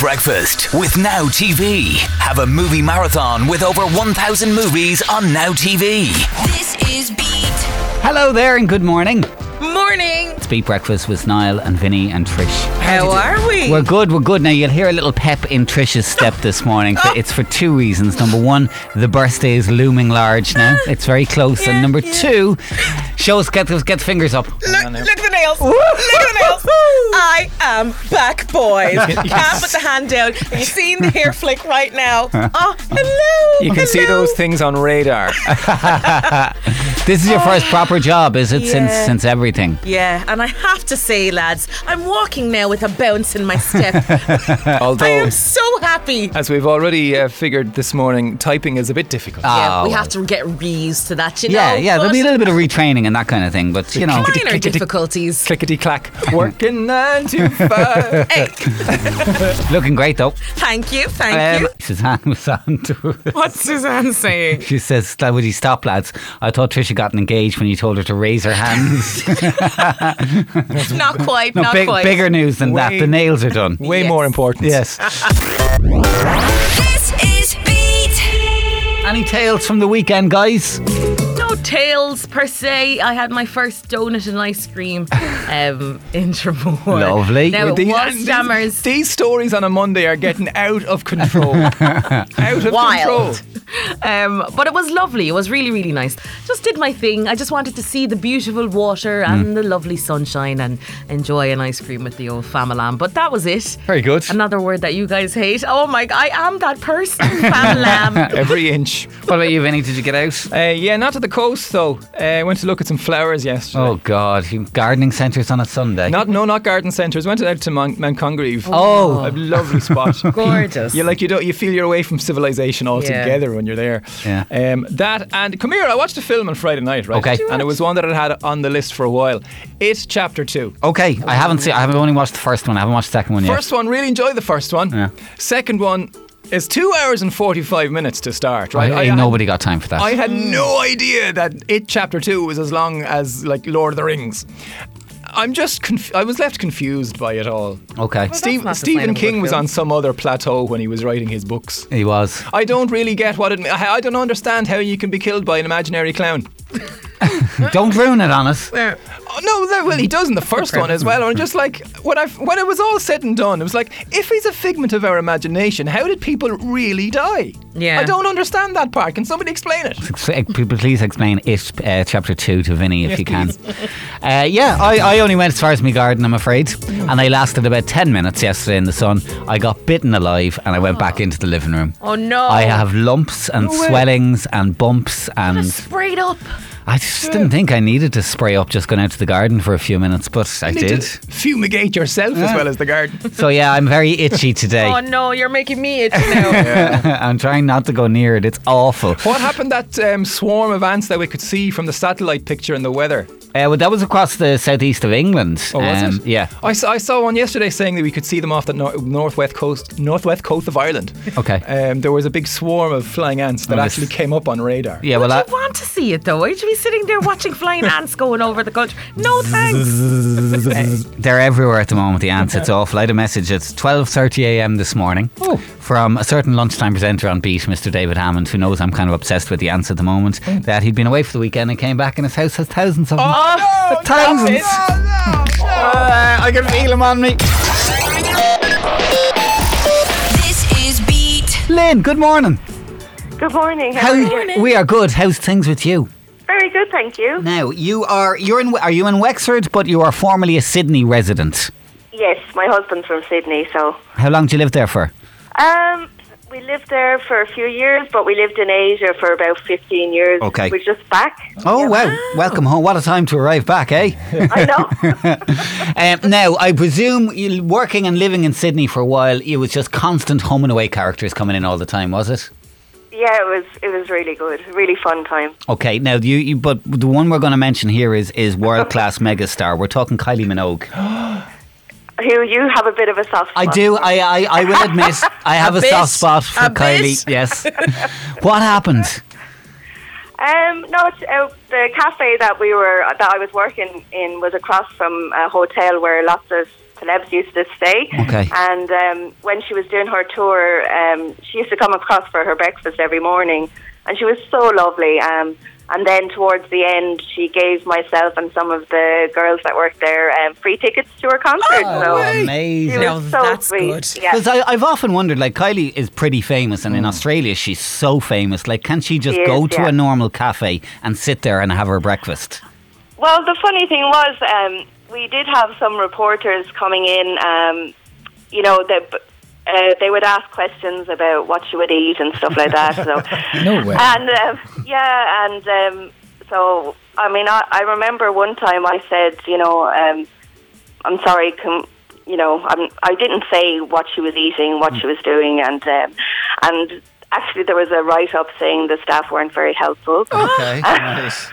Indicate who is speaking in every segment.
Speaker 1: Breakfast with Now TV. Have a movie marathon with over 1,000 movies on Now TV.
Speaker 2: This is Beat.
Speaker 1: Hello there and good morning.
Speaker 3: Morning.
Speaker 1: It's Beat Breakfast with Niall and Vinny and Trish.
Speaker 3: How are we?
Speaker 1: We're good, we're good. Now, you'll hear a little pep in Trish's step this morning. It's for two reasons. Number one, the birthday is looming large now, it's very close. and number two, show us, get, get the fingers up.
Speaker 3: look, look at the nails. look at the nails. I am back, boys. Can't put the hand down. Have you seen the hair flick right now? Oh, hello.
Speaker 4: You can see
Speaker 3: hello.
Speaker 4: those things on radar.
Speaker 1: This is your first proper job, is it, since
Speaker 3: Oh, Yeah.
Speaker 1: since everything?
Speaker 3: Yeah, and I have to say, lads, I'm walking now with a bounce in my step. I
Speaker 1: Oh.
Speaker 4: Although,
Speaker 3: am so happy.
Speaker 4: as we've already uh, figured this morning, typing is a bit difficult.
Speaker 3: yeah, we
Speaker 1: well.
Speaker 3: have to get reused to that, you
Speaker 1: Yeah,
Speaker 3: know.
Speaker 1: yeah, there'll be a
Speaker 3: but
Speaker 1: little bit of retraining and that kind of thing, but you know.
Speaker 3: minor difficulties.
Speaker 4: Clickety clack. Working nine to five.
Speaker 3: hey,
Speaker 1: Looking great though.
Speaker 3: thank you,
Speaker 1: Um,
Speaker 3: thank you.
Speaker 1: Suzanne was on to
Speaker 3: What's Suzanne saying?
Speaker 1: She says, "St- Would you stop, lads? I thought Trisha got engaged when you told her to raise her hands.
Speaker 3: Not quite,
Speaker 1: no,
Speaker 3: not
Speaker 1: big,
Speaker 3: quite.
Speaker 1: bigger news than that.
Speaker 4: Way-
Speaker 1: The nails are done.
Speaker 4: Way
Speaker 3: Yes.
Speaker 4: more important.
Speaker 1: Yes.
Speaker 2: This is Beat.
Speaker 1: Any tales from the weekend, guys?
Speaker 3: No tales per se. I had my first donut and ice cream um, in Tremor.
Speaker 1: Lovely.
Speaker 3: Now it
Speaker 4: These-
Speaker 3: was
Speaker 4: these-
Speaker 3: Stammers.
Speaker 4: These stories on a Monday are getting out of control. out of
Speaker 3: Wild.
Speaker 4: control.
Speaker 3: Um, but it was lovely. It was really, really nice. Just did my thing. I just wanted to see the beautiful water
Speaker 4: Mm.
Speaker 3: and the lovely sunshine and enjoy an ice cream with the old famalam. But that was it.
Speaker 4: Very good.
Speaker 3: Another word that you guys hate. Oh my! g- I am that person, famalam.
Speaker 4: Every inch.
Speaker 1: What about you, Vinny? Did you get out?
Speaker 4: Uh, yeah, not to the coast though. Uh, went to look at some flowers yesterday.
Speaker 1: Oh God, you- gardening centres on a Sunday.
Speaker 4: Not no, not garden centres. Went out to Mount, Mount Congreve.
Speaker 1: Oh.
Speaker 4: a lovely spot.
Speaker 3: Gorgeous.
Speaker 4: You like you don't you feel you're away from civilization altogether when you're there.
Speaker 1: Yeah.
Speaker 4: Um, that and come here. I watched a film on Friday night, right?
Speaker 1: Okay. Did you
Speaker 4: And it was one that I had on the list for a while. It's chapter two.
Speaker 1: Okay, I haven't seen. I've only watched the first one. I haven't watched the second one yet.
Speaker 4: First one, really enjoyed the first one.
Speaker 1: Yeah.
Speaker 4: Second one is two hours and forty five minutes to start. Right.
Speaker 1: I, ain't nobody got time for that.
Speaker 4: I had no idea that it chapter two was as long as like Lord of the Rings. I'm just conf- I was left confused by it all.
Speaker 1: okay,
Speaker 4: Steve-
Speaker 3: not
Speaker 4: Stephen
Speaker 3: sustainable,
Speaker 4: King was
Speaker 3: Phil.
Speaker 4: on some other plateau when he was writing his books.
Speaker 1: he was.
Speaker 4: I don't really get what it. I I don't understand how you can be killed by an imaginary clown.
Speaker 1: Don't ruin it on us.
Speaker 4: Oh, no, that, well, he does in the first one as well. And I'm just like when I when it was all said and done, it was like if he's a figment of our imagination, how did people really die?
Speaker 3: Yeah.
Speaker 4: I don't understand that part. Can somebody explain it?
Speaker 1: Ex- ex- Please explain it, uh, chapter two, to Vinny if you can. Uh, yeah, I, I only went as far as my garden, I'm afraid, and I lasted about 10 minutes yesterday in the sun. I got bitten alive and I went back into the living room.
Speaker 3: Oh no!
Speaker 1: I have lumps and
Speaker 4: way.
Speaker 1: swellings and bumps, and
Speaker 3: sprayed up.
Speaker 1: I just didn't think I needed to spray up just going out to the garden for a few minutes, but I
Speaker 4: You need
Speaker 1: did.
Speaker 4: to fumigate yourself as well as the garden.
Speaker 1: So, yeah, I'm very itchy today.
Speaker 3: Oh no! You're making me itch now.
Speaker 1: I'm trying not to go near it. It's awful.
Speaker 4: What happened that um, swarm of ants that we could see from the satellite picture in the weather?
Speaker 1: Uh, well, that was across the southeast of England.
Speaker 4: Oh, was
Speaker 1: Um,
Speaker 4: it?
Speaker 1: Yeah.
Speaker 4: I saw, I saw one yesterday saying that we could see them off the nor- northwest coast, northwest coast of Ireland.
Speaker 1: Okay.
Speaker 4: Um, there was a big swarm of flying ants that
Speaker 1: Oh, this-
Speaker 4: actually came up on radar.
Speaker 1: Yeah, well,
Speaker 3: Would
Speaker 1: I,
Speaker 3: you want to see it though? Would you be sitting there watching flying ants going over the country? No thanks.
Speaker 1: They're everywhere at the moment, the ants. It's awful. I had a message at 12.30 a.m. this morning from a certain lunchtime presenter on Beat, Mr. David Hammond, who knows I'm kind of obsessed with the ants at the moment, that he'd been away for the weekend and came back and his house has thousands of them.
Speaker 4: Oh, no,
Speaker 1: thousands.
Speaker 4: no, no, no.
Speaker 1: Uh, I can feel them on me.
Speaker 2: This is Beat.
Speaker 1: Lynn, good morning.
Speaker 5: Good morning.
Speaker 1: How
Speaker 5: How, are you?
Speaker 1: We are good. How's things with you?
Speaker 5: Very good, thank you.
Speaker 1: Now, you are you're in are you in Wexford, but you are formerly a Sydney resident.
Speaker 5: Yes, my husband's from Sydney, so
Speaker 1: How long do you live there for?
Speaker 5: um, we lived there for a few years, but we lived in Asia for about fifteen years.
Speaker 1: Okay.
Speaker 5: we're just back.
Speaker 1: Oh,
Speaker 5: Yeah.
Speaker 1: wow. Welcome home. What a time to arrive back, eh?
Speaker 5: I know.
Speaker 1: Um, now, I presume you working and living in Sydney for a while, it was just constant home and away characters coming in all the time, was it?
Speaker 5: yeah, it was it was really good, really fun time.
Speaker 1: Okay, now you, you but the one we're going to mention here is is world class megastar. We're talking Kylie Minogue.
Speaker 5: Who you have a bit of a soft?
Speaker 1: I
Speaker 5: spot
Speaker 1: do.
Speaker 5: for.
Speaker 1: I I, I will admit I have a,
Speaker 3: bit,
Speaker 1: soft spot for
Speaker 3: a
Speaker 1: Kylie.
Speaker 3: bit.
Speaker 1: Yes. what happened?
Speaker 5: Um, no, it's, uh, the cafe that we were that I was working in was across from a hotel where lots of celebs used to stay.
Speaker 1: Okay.
Speaker 5: And um, when she was doing her tour, um, she used to come across for her breakfast every morning, and she was so lovely. Um, and then towards the end, she gave myself and some of the girls that worked there um, free tickets to her concert. so she
Speaker 1: amazing.
Speaker 5: was
Speaker 6: Now
Speaker 5: so
Speaker 6: that's
Speaker 5: sweet.
Speaker 6: good.
Speaker 5: Yeah.
Speaker 1: Because I've often wondered, like Kylie is pretty famous, and in Australia she's so famous. Like, can she just
Speaker 5: She is,
Speaker 1: go to
Speaker 5: yeah.
Speaker 1: a normal cafe and sit there and have her breakfast?
Speaker 5: Well, the funny thing was, um, we did have some reporters coming in. Um, you know that uh, they would ask questions about what she would eat and stuff like that. So,
Speaker 4: No way.
Speaker 5: and um, yeah, and um, so I mean, I, I remember one time I said, you know, um, I'm sorry, can, you know, I'm, I didn't say what she was eating, what she was doing, and um, and actually there was a write up saying the staff weren't very helpful.
Speaker 4: Oh,
Speaker 1: Okay.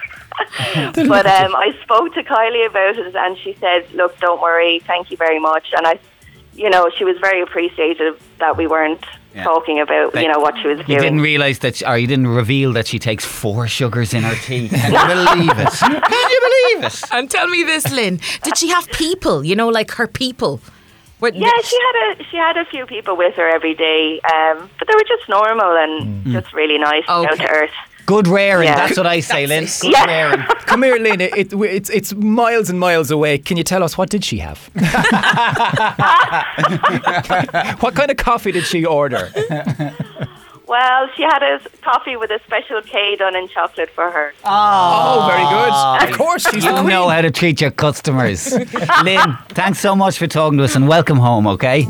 Speaker 5: But um, I spoke to Kylie about it, and she said, "Look, don't worry. Thank you very much." And I, you know, she was very appreciative that we weren't
Speaker 1: Yeah.
Speaker 5: talking about,
Speaker 1: They-
Speaker 5: you know, what she was
Speaker 1: You didn't
Speaker 5: doing.
Speaker 1: realize that, or you didn't reveal that she takes four sugars in her tea. Can you believe it? Can you believe it?
Speaker 3: And tell me this, Lynn. Did she have people, you know, like her people? Were-
Speaker 5: Yeah, she had a she had a few people with her every day, um, but they were just normal
Speaker 1: Mm-hmm.
Speaker 5: and just really nice, down
Speaker 3: Okay.
Speaker 5: to earth.
Speaker 1: Good raring.
Speaker 5: Yeah.
Speaker 1: That's what I say, Lynn. Good
Speaker 5: Yeah.
Speaker 1: raring.
Speaker 4: Um, Come here, Lynn. It, it, it's, it's miles and miles away. Can you tell us what did she have? what kind of coffee did she order?
Speaker 5: Well, she had a coffee with a special K done in chocolate for her.
Speaker 4: Oh, very good. Of course, she's
Speaker 1: You
Speaker 4: the queen.
Speaker 1: know how to treat your customers. Lynn, thanks so much for talking to us and welcome home, okay?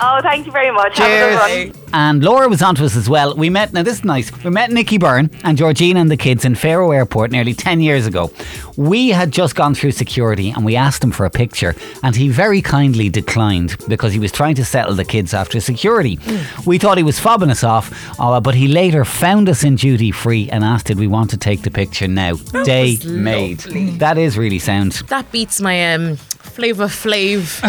Speaker 5: Oh, thank you very much. Have a good one.
Speaker 1: And Laura was onto us as well. We met, now this is nice, we met Nikki Byrne and Georgina and the kids in Faro Airport nearly 10 years ago. We had just gone through security and we asked him for a picture, and he very kindly declined because he was trying to settle the kids after security. We thought he was fobbing us off, uh, but he later found us in duty free and asked, Did we want to take the picture now? Day made. That is really sound.
Speaker 3: That beats my um, Flavor Flav.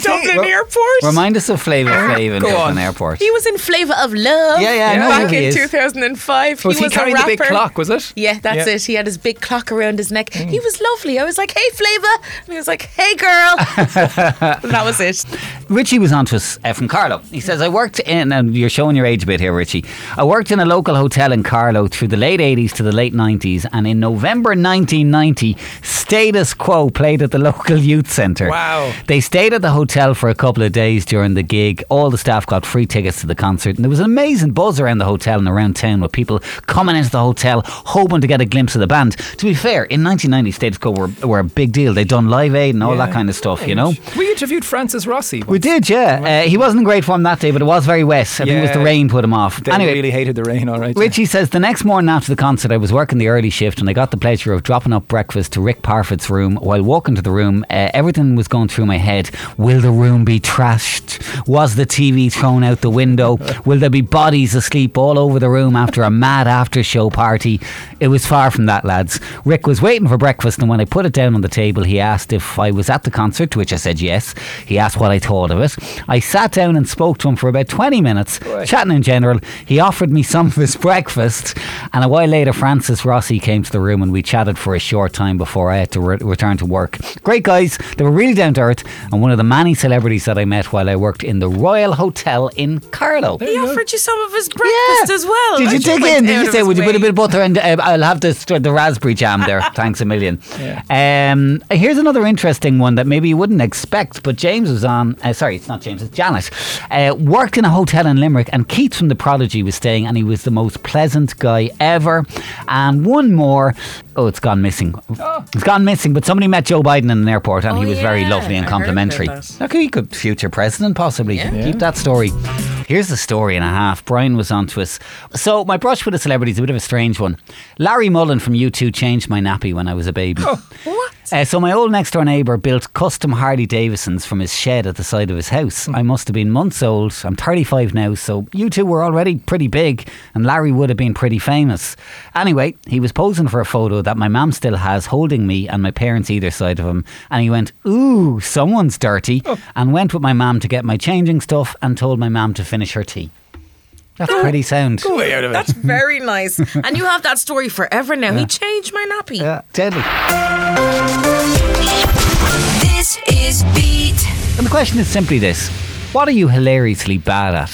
Speaker 6: Dublin Airport.
Speaker 1: Remind us of Flavor Flav in
Speaker 4: Go
Speaker 1: Dublin
Speaker 4: on.
Speaker 1: Airport.
Speaker 3: He was in Flavor of Love.
Speaker 1: Yeah, yeah, I know who
Speaker 6: Back
Speaker 1: he
Speaker 6: in
Speaker 1: is.
Speaker 6: 2005,
Speaker 4: Was he,
Speaker 6: was
Speaker 4: carrying
Speaker 6: a
Speaker 4: the
Speaker 6: rapper.
Speaker 4: big clock, was it?
Speaker 3: Yeah, that's
Speaker 4: Yeah.
Speaker 3: it. He had his big clock around his neck. He
Speaker 1: Mm.
Speaker 3: was lovely. I was like, "Hey, Flavor," and he was like, "Hey, girl." And that was it.
Speaker 1: Richie was on to us uh, from Carlo. He says, I worked in, and you're showing your age a bit here, Richie. I worked in a local hotel in Carlo through the late 80s to the late 90s, and in November 1990, Status Quo played at the local youth centre.
Speaker 4: Wow.
Speaker 1: They stayed at the hotel for a couple of days during the gig. All the staff got free tickets to the concert, and there was an amazing buzz around the hotel and around town with people coming into the hotel hoping to get a glimpse of the band. To be fair, in 1990, Status Quo were, were a big deal. They'd done Live Aid and all that kind of stuff, you know?
Speaker 4: We interviewed Francis Rossi.
Speaker 1: We did, yeah. Uh, he wasn't in great form that day, but it was very wet. I think it was the
Speaker 4: Yeah.
Speaker 1: rain put him off.
Speaker 4: They
Speaker 1: anyway,
Speaker 4: really hated the rain, all right.
Speaker 1: Richie says the next morning after the concert, I was working the early shift and I got the pleasure of dropping up breakfast to Rick Parfitt's room. While walking to the room, uh, everything was going through my head. Will the room be trashed? Was the TV thrown out the window? Will there be bodies asleep all over the room after a mad after show party? It was far from that, lads. Rick was waiting for breakfast and when I put it down on the table, he asked if I was at the concert, to which I said yes. He asked what I thought of it. I sat down and spoke to him for about 20 minutes, chatting in general. He offered me some of his breakfast, and a while later, Francis Rossi came to the room and we chatted for a short time before I had to re- return to work. Great guys, they were really down to earth, and one of the many celebrities that I met while I worked in the Royal Hotel in Carlow.
Speaker 3: He offered you some of his breakfast as well.
Speaker 1: Did you
Speaker 3: Like,
Speaker 1: dig
Speaker 3: went
Speaker 1: in?
Speaker 3: out
Speaker 1: Did you
Speaker 3: of
Speaker 1: say,
Speaker 3: his
Speaker 1: would you put a
Speaker 3: way.
Speaker 1: bit of butter and uh, I'll have the, str- the raspberry jam there? Thanks a million. Um, here's another interesting one that maybe you wouldn't expect, but James was on, uh, sorry, it's not James, it's Janet, uh, worked in a hotel in Limerick and Keith from The Prodigy was staying and he was the most pleasant guy ever. And one more, oh, it's gone missing. It's gone missing, but somebody met Joe Biden in an airport and
Speaker 3: Oh,
Speaker 1: he was very
Speaker 3: yeah.
Speaker 1: lovely and
Speaker 3: I heard about
Speaker 1: complimentary.
Speaker 3: that.
Speaker 1: Okay, he could future president possibly. Keep that story. Here's the story and a half. Brian was on to us. So my brush with a celebrity is a bit of a strange one. Larry Mullen from U2 changed my nappy when I was a baby.
Speaker 3: Oh. What?
Speaker 1: Uh, so my old next door neighbour built custom Harley Davidsons from his shed at the side of his house. I must have been months old. I'm 35 now, so you two were already pretty big, and Larry would have been pretty famous. Anyway, he was posing for a photo that my mum still has, holding me and my parents either side of him, and he went, "Ooh, someone's dirty," and went with my mum to get my changing stuff, and told my mum to finish her tea. That's pretty sound.
Speaker 3: Oh.
Speaker 4: Way out of it.
Speaker 3: That's very nice. and you have that story forever now. He changed my nappy.
Speaker 1: Yeah, deadly.
Speaker 2: This is Beat.
Speaker 1: And the question is simply this What are you hilariously bad at?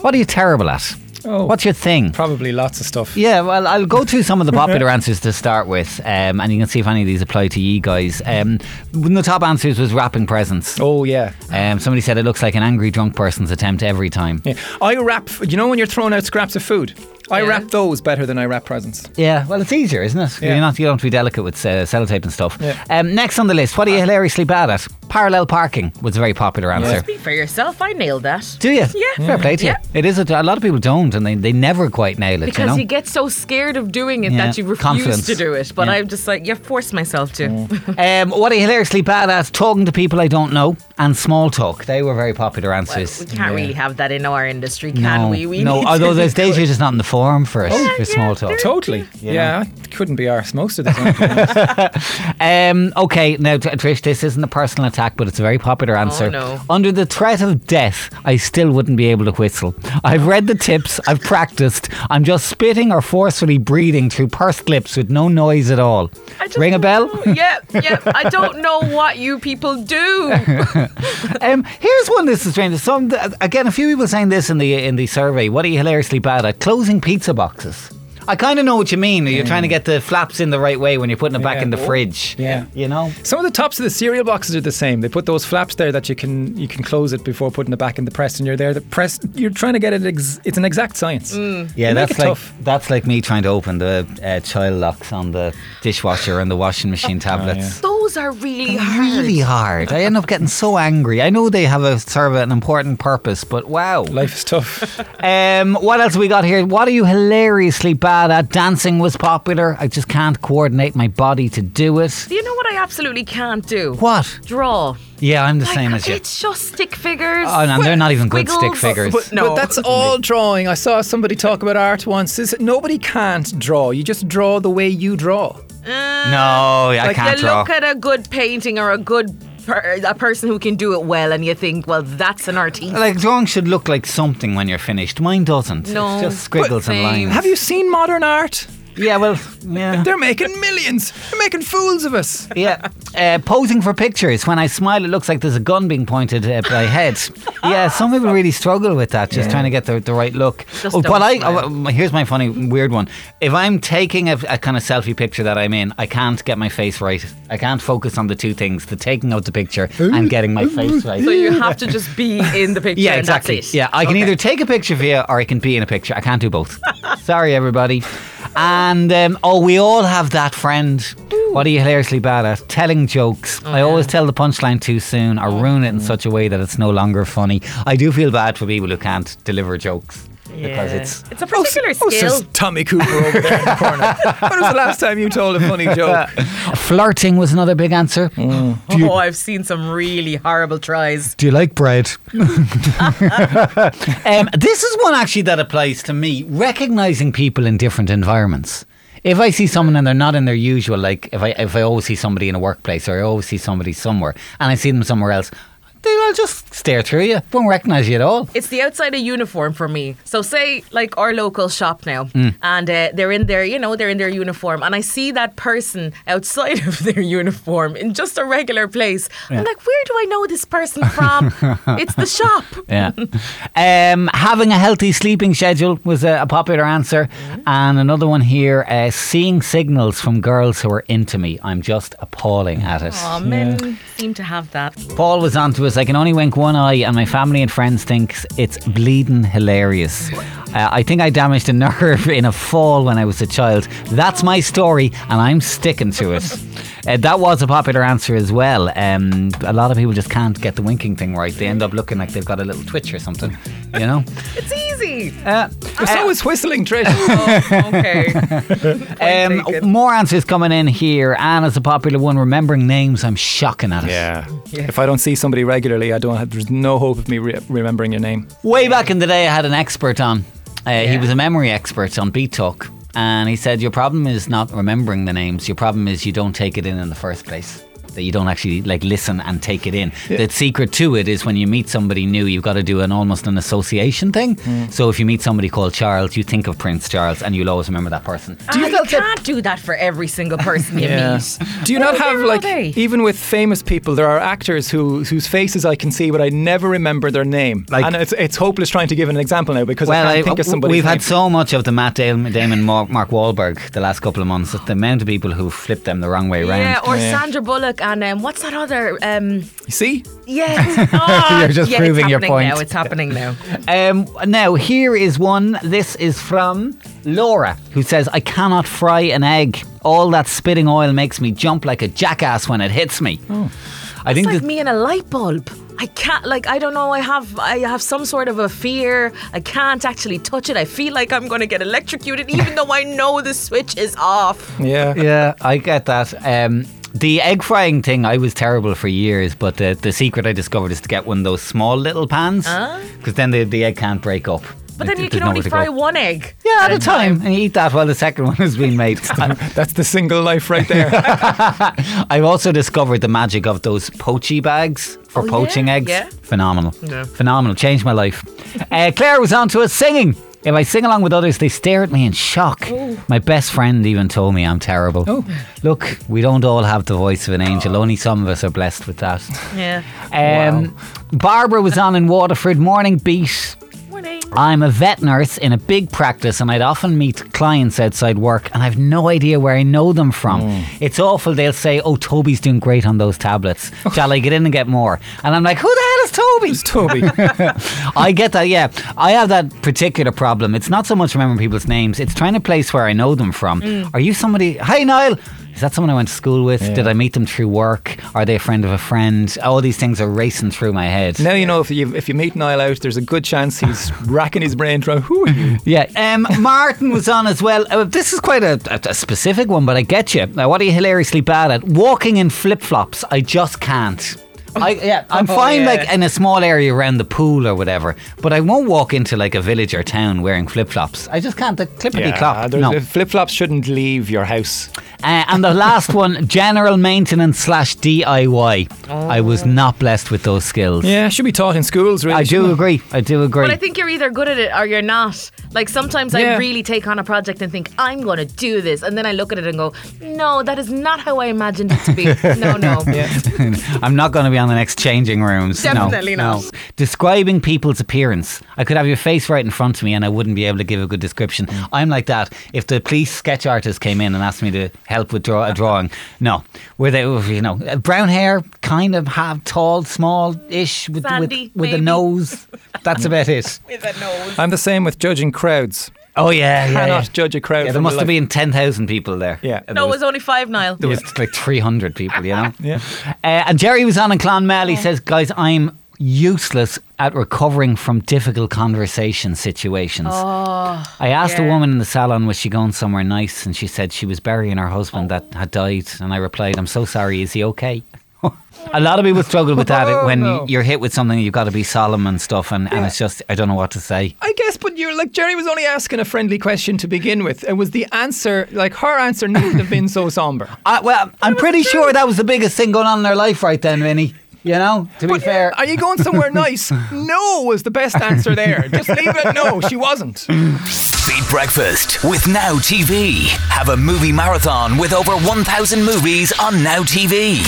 Speaker 1: What are you terrible at?
Speaker 7: Oh.
Speaker 1: What's your thing?
Speaker 7: Probably lots of stuff.
Speaker 1: Yeah, well, I'll go through some of the popular answers to start with, um, and you can see if any of these apply to you guys. Um, one of the top answers was wrapping presents.
Speaker 7: Oh yeah.
Speaker 1: Um, somebody said it looks like an angry drunk person's attempt every time.
Speaker 7: yeah. I wrap. You know when you're throwing out scraps of food. I
Speaker 3: Yeah.
Speaker 7: wrap those better than I wrap presents.
Speaker 1: Yeah, well, it's easier, isn't it?
Speaker 7: Yeah.
Speaker 1: You're not, you don't have to be delicate with uh, sellotape and stuff.
Speaker 7: Yeah. Uh.
Speaker 1: Um, next on the list, what are you hilariously bad at? Parallel parking was a very popular answer.
Speaker 3: Be for yourself. I nailed that.
Speaker 1: Do you?
Speaker 3: Yeah.
Speaker 1: Fair play to you.
Speaker 3: Yeah.
Speaker 1: It is a, a lot of people don't, and they, they never quite nail it.
Speaker 3: Because
Speaker 1: you
Speaker 3: you,
Speaker 1: know?
Speaker 3: get so scared of doing it
Speaker 1: Yeah.
Speaker 3: that you refuse
Speaker 1: Confidence.
Speaker 3: to do it. But
Speaker 1: Yeah.
Speaker 3: I'm just like, yeah, forced myself to.
Speaker 1: Um, what are you hilariously bad at? Talking to people I don't know and small talk. They were very popular
Speaker 3: Well, we
Speaker 1: answers.
Speaker 3: can't really have that in our industry, can
Speaker 1: no,
Speaker 3: we? We
Speaker 1: no.
Speaker 3: need to
Speaker 1: Although
Speaker 3: be
Speaker 1: there's days
Speaker 3: good.
Speaker 1: you're just not in the forum for it. for
Speaker 3: yeah,
Speaker 1: small talk.
Speaker 7: Totally. Yeah. I couldn't be arsed most of the time.
Speaker 1: Um, okay, now Tr- Trish, this isn't a personal attack, but it's a very popular answer.
Speaker 3: Oh, no.
Speaker 1: Under the threat of death, I still wouldn't be able to whistle. I've read the tips, I've practiced. I'm just spitting or forcefully breathing through pursed lips with no noise at all.
Speaker 3: I just
Speaker 1: Ring a
Speaker 3: don't
Speaker 1: bell?
Speaker 3: know. yeah, yeah. I don't know what you people do.
Speaker 1: Um, here's one. This is strange. Some again, a few people saying this in the in the survey. What are you hilariously bad at? Closing pizza boxes. I kind of know what you mean. You're trying to get the flaps in the right way when you're putting it back
Speaker 7: Yeah.
Speaker 1: in the fridge.
Speaker 7: Yeah.
Speaker 1: you know.
Speaker 7: Some of the tops of the cereal boxes are the same. They put those flaps there that you can you can close it before putting it back in the press, and you're there. The press. You're trying to get it. Ex- it's an exact science.
Speaker 3: Mm.
Speaker 1: Yeah,
Speaker 7: You make
Speaker 1: that's
Speaker 7: it
Speaker 1: like
Speaker 7: tough.
Speaker 1: that's like me trying to open the uh, child locks on the dishwasher and the
Speaker 7: Oh,
Speaker 1: washing machine tablets.
Speaker 3: Those are really hard.
Speaker 1: Really hard. I end up getting so angry. I know they have a serve an important purpose, but wow.
Speaker 7: Life is tough.
Speaker 1: Um, what else we got here? What are you hilariously bad at? Dancing was popular. I just can't coordinate my body to do it.
Speaker 3: Do you know what I absolutely can't do?
Speaker 1: What?
Speaker 3: Draw.
Speaker 1: Yeah, I'm the
Speaker 3: Like,
Speaker 1: same as you.
Speaker 3: It's just stick figures.
Speaker 1: Oh, no, they're not even good stick
Speaker 3: squiggles.
Speaker 1: figures.
Speaker 3: But no,
Speaker 7: But that's all drawing. I saw somebody talk about art once. Is it, nobody can't draw. You just draw the way you draw.
Speaker 1: No, I
Speaker 7: Like,
Speaker 1: can't
Speaker 3: you
Speaker 1: draw.
Speaker 3: look at a good painting or a good per- a person who can do it well, and you think, well, that's an artiste.
Speaker 1: like drawing should look like something when you're finished. Mine doesn't.
Speaker 3: No.
Speaker 1: it's just squiggles
Speaker 3: But-
Speaker 1: and lines.
Speaker 7: Have you seen modern art?
Speaker 1: Yeah, well, yeah.
Speaker 7: They're making millions. They're making fools of us.
Speaker 1: Yeah, uh, posing for pictures. When I smile, it looks like there's a gun being pointed at my head. Yeah, some people really struggle with that, just trying to get the, the right look.
Speaker 3: Just
Speaker 1: Oh, but
Speaker 3: don't
Speaker 1: I
Speaker 3: smile.
Speaker 1: oh, here's my funny weird one. If I'm taking a, a kind of selfie picture that I'm in, I can't get my face right. I can't focus on the two things: the taking of the picture and getting my face right.
Speaker 3: So you have to just be in the picture.
Speaker 1: Yeah,
Speaker 3: and
Speaker 1: exactly.
Speaker 3: That's it.
Speaker 1: Yeah, I can either take a picture of you or I can be in a picture. I can't do both. Sorry, everybody. And um, oh, we all have that friend. What are you hilariously bad at? Telling jokes. I always tell the punchline too soon
Speaker 3: Mm-hmm.
Speaker 1: or ruin it in such a way that it's no longer funny. I do feel bad for people who can't deliver jokes because
Speaker 3: Yeah.
Speaker 1: it's.
Speaker 3: It's a particular
Speaker 7: Oh,
Speaker 3: skill.
Speaker 7: says Tommy Cooper over there in the corner. When was the last time you told a funny joke?
Speaker 1: Flirting was another big answer.
Speaker 3: oh, I've seen some really horrible tries.
Speaker 1: Do you like bread? um, this is one actually that applies to me. Recognizing people in different environments. If I see someone and they're not in their usual, like if I if I always see somebody in a workplace or I always see somebody somewhere and I see them somewhere else, they will just stare through you. Won't recognize you at all.
Speaker 3: It's the outside of uniform for me. So say like our local shop now, and uh, they're in their, you know, they're in their uniform, and I see that person outside of their uniform in just a regular place. I'm like, where do I know this person from? it's the shop.
Speaker 1: Yeah. um, having a healthy sleeping schedule was a, a popular answer. And another one here uh, seeing signals from girls who are into me. I'm just appalling at it.
Speaker 3: Oh, men seem to have that.
Speaker 1: Paul was onto us. I can only wink one eye, and my family and friends think it's bleeding hilarious. Uh, I think I damaged a nerve in a fall when I was a child. That's my story, and I'm sticking to it. Uh, that was a popular answer as well. Um, a lot of people just can't get the winking thing right. They end up looking like they've got a little twitch or something, you know?
Speaker 3: It's easy.
Speaker 1: Uh,
Speaker 7: So is whistling, Trish.
Speaker 3: Oh, okay.
Speaker 1: um,
Speaker 3: taken.
Speaker 1: more answers coming in here. Anna's a popular one. Remembering names, I'm shocking at it.
Speaker 7: If I don't see somebody regularly, I don't. Have, there's no hope of me re- remembering your name.
Speaker 1: Way back in the day, I had an expert on. Uh, He was a memory expert on Beat Talk. And he said, Your problem is not remembering the names. Your problem is you don't take it in in the first place. that you don't actually like listen and take it in. The secret to it is when you meet somebody new, you've got to do an almost an association thing.
Speaker 7: Mm.
Speaker 1: So if you meet somebody called Charles, you think of Prince Charles, and you'll always remember that person.
Speaker 3: Do Ah, you, can't do that for every single person you meet.
Speaker 7: Do you
Speaker 3: Where
Speaker 7: not
Speaker 3: were
Speaker 7: have
Speaker 3: all
Speaker 7: like
Speaker 3: day?
Speaker 7: even with famous people, there are actors who whose faces I can see, but I never remember their name.
Speaker 1: Like-
Speaker 7: and it's it's hopeless trying to give an example now because I can't think of somebody.
Speaker 1: We've had so much of the Matt Damon, Damon Mark, Mark Wahlberg the last couple of months. that The amount of people who flip them the wrong way round.
Speaker 3: Yeah, or
Speaker 7: Yeah.
Speaker 3: Sandra Bullock and um, what's that other? Um,
Speaker 7: see,
Speaker 3: yeah, oh,
Speaker 1: You're just
Speaker 3: yeah,
Speaker 1: proving
Speaker 3: it's
Speaker 1: your
Speaker 3: happening
Speaker 1: point.
Speaker 3: Now it's happening now.
Speaker 1: Um, now, here is one. This is from Laura, who says, I cannot fry an egg. All that spitting oil makes me jump like a jackass when it hits me. I
Speaker 3: It's
Speaker 1: think
Speaker 3: Oh. like
Speaker 1: that-
Speaker 3: me and a light bulb. I can't like I don't know. I have I have some sort of a fear. I can't actually touch it. I feel like I'm going to get electrocuted, even though I know the switch is off.
Speaker 7: yeah.
Speaker 1: yeah, I get that. Um, the egg frying thing, I was terrible for years, but the, the secret I discovered is to get one of those small little pans because then the, the egg can't break up.
Speaker 3: Ah. But
Speaker 1: Like,
Speaker 3: then you
Speaker 1: there's
Speaker 3: can only
Speaker 1: nowhere to go.
Speaker 3: fry one egg.
Speaker 1: Yeah, at a time. And you eat that while the second one has been made. I-
Speaker 7: That's the single life right there.
Speaker 1: I've also discovered the magic of those poachy bags for
Speaker 3: Oh, yeah?
Speaker 1: poaching eggs.
Speaker 3: Yeah.
Speaker 1: Phenomenal.
Speaker 3: Yeah.
Speaker 1: Phenomenal. Changed my life. Uh, Claire was on to us singing. If I sing along with others, they stare at me in shock.
Speaker 3: Oh.
Speaker 1: My best friend even told me I'm terrible.
Speaker 7: Oh.
Speaker 1: Look, we don't all have the voice of
Speaker 3: Oh.
Speaker 1: an angel. Only some of us are blessed with that.
Speaker 3: Yeah.
Speaker 1: Um, Barbara was on in Waterford. Morning beat.
Speaker 3: Morning.
Speaker 1: I'm a vet nurse in a big practice, and I'd often meet clients outside work, and I've no idea where I know them from. It's awful. They'll say, "Oh, Toby's doing great on those tablets. Shall I get in and get more?" And I'm like, "Who the hell is Toby?"
Speaker 7: It's Toby.
Speaker 1: I get that, yeah. I have that particular problem. It's not so much remembering people's names, it's trying to place where I know them from. Are you somebody, hey Niall? Is that someone I went to school with? Did I meet them through work? Are they a friend of a friend? All these things are racing through my head.
Speaker 7: now you know if you if you meet Niall out, there's a good chance he's racking his brain trying. Who are you?
Speaker 1: Yeah, um, Martin was on as well. Uh, this is quite a, a, a specific one, but I get you. Now, what are you hilariously bad at? Walking in flip flops. I just can't. I, yeah, I'm
Speaker 3: Oh,
Speaker 1: fine
Speaker 3: yeah.
Speaker 1: like in a small area around the pool or whatever, but I won't walk into like a village or town wearing flip flops. I just can't. The clippity clop. No. Uh,
Speaker 7: flip flops shouldn't leave your house.
Speaker 1: and the last one, general maintenance slash DIY. I was not blessed with those skills.
Speaker 7: Yeah, should be taught in schools. Really,
Speaker 1: I do
Speaker 7: shouldn't it?
Speaker 1: agree. I do agree.
Speaker 3: But I think you're either good at it or you're not. Like sometimes I
Speaker 7: Yeah.
Speaker 3: really take on a project and think I'm going to do this, and then I look at it and go, No, that is not how I imagined it to be. no, no.
Speaker 1: I'm not going to be on the next changing rooms. No,
Speaker 3: Definitely not.
Speaker 1: no. Describing people's appearance. I could have your face right in front of me and I wouldn't be able to give a good description.
Speaker 3: Mm.
Speaker 1: I'm like that. If the police sketch artist came in and asked me to help with draw- a drawing, no. Were they, you know, uh, brown hair, kind of have tall, small ish, with,
Speaker 3: Sandy,
Speaker 1: with, with a
Speaker 3: maybe.
Speaker 1: nose. That's about it.
Speaker 3: With a nose.
Speaker 7: I'm the same with judging crowds.
Speaker 1: Oh, yeah, yeah.
Speaker 7: Cannot
Speaker 1: yeah.
Speaker 7: judge a crowd.
Speaker 1: Yeah, there
Speaker 7: from
Speaker 1: must have
Speaker 7: the
Speaker 1: been 10,000 people there.
Speaker 7: Yeah.
Speaker 1: And
Speaker 3: No,
Speaker 1: there
Speaker 3: it was only five, Niall.
Speaker 1: There was like 300 people, you know?
Speaker 7: Yeah.
Speaker 1: Uh, and Jerry was on in Clonmel. He says, guys, I'm useless at recovering from difficult conversation situations.
Speaker 7: Oh,
Speaker 1: I asked a
Speaker 3: yeah.
Speaker 1: woman in the salon, was she going somewhere nice? And she said she was burying her husband
Speaker 7: Oh.
Speaker 1: that had died. And I replied, I'm so sorry, is he okay? a lot of people struggle with that
Speaker 7: Oh,
Speaker 1: when
Speaker 7: no.
Speaker 1: you're hit with something, you've got to be solemn and stuff. And, and it's just, I don't know what to say.
Speaker 7: I guess, but you're like Jerry was only asking a friendly question to begin with, and was the answer like her answer needn't have been so somber.
Speaker 1: I, well, I'm pretty sure that was the biggest thing going on in their life right then, Vinny. You know, to be
Speaker 7: But
Speaker 1: fair.
Speaker 7: are you going somewhere nice? No was the best answer there. Just leave it. at No, she wasn't.
Speaker 8: Beat Breakfast with Now TV. Have a movie marathon with over 1,000 movies on Now TV.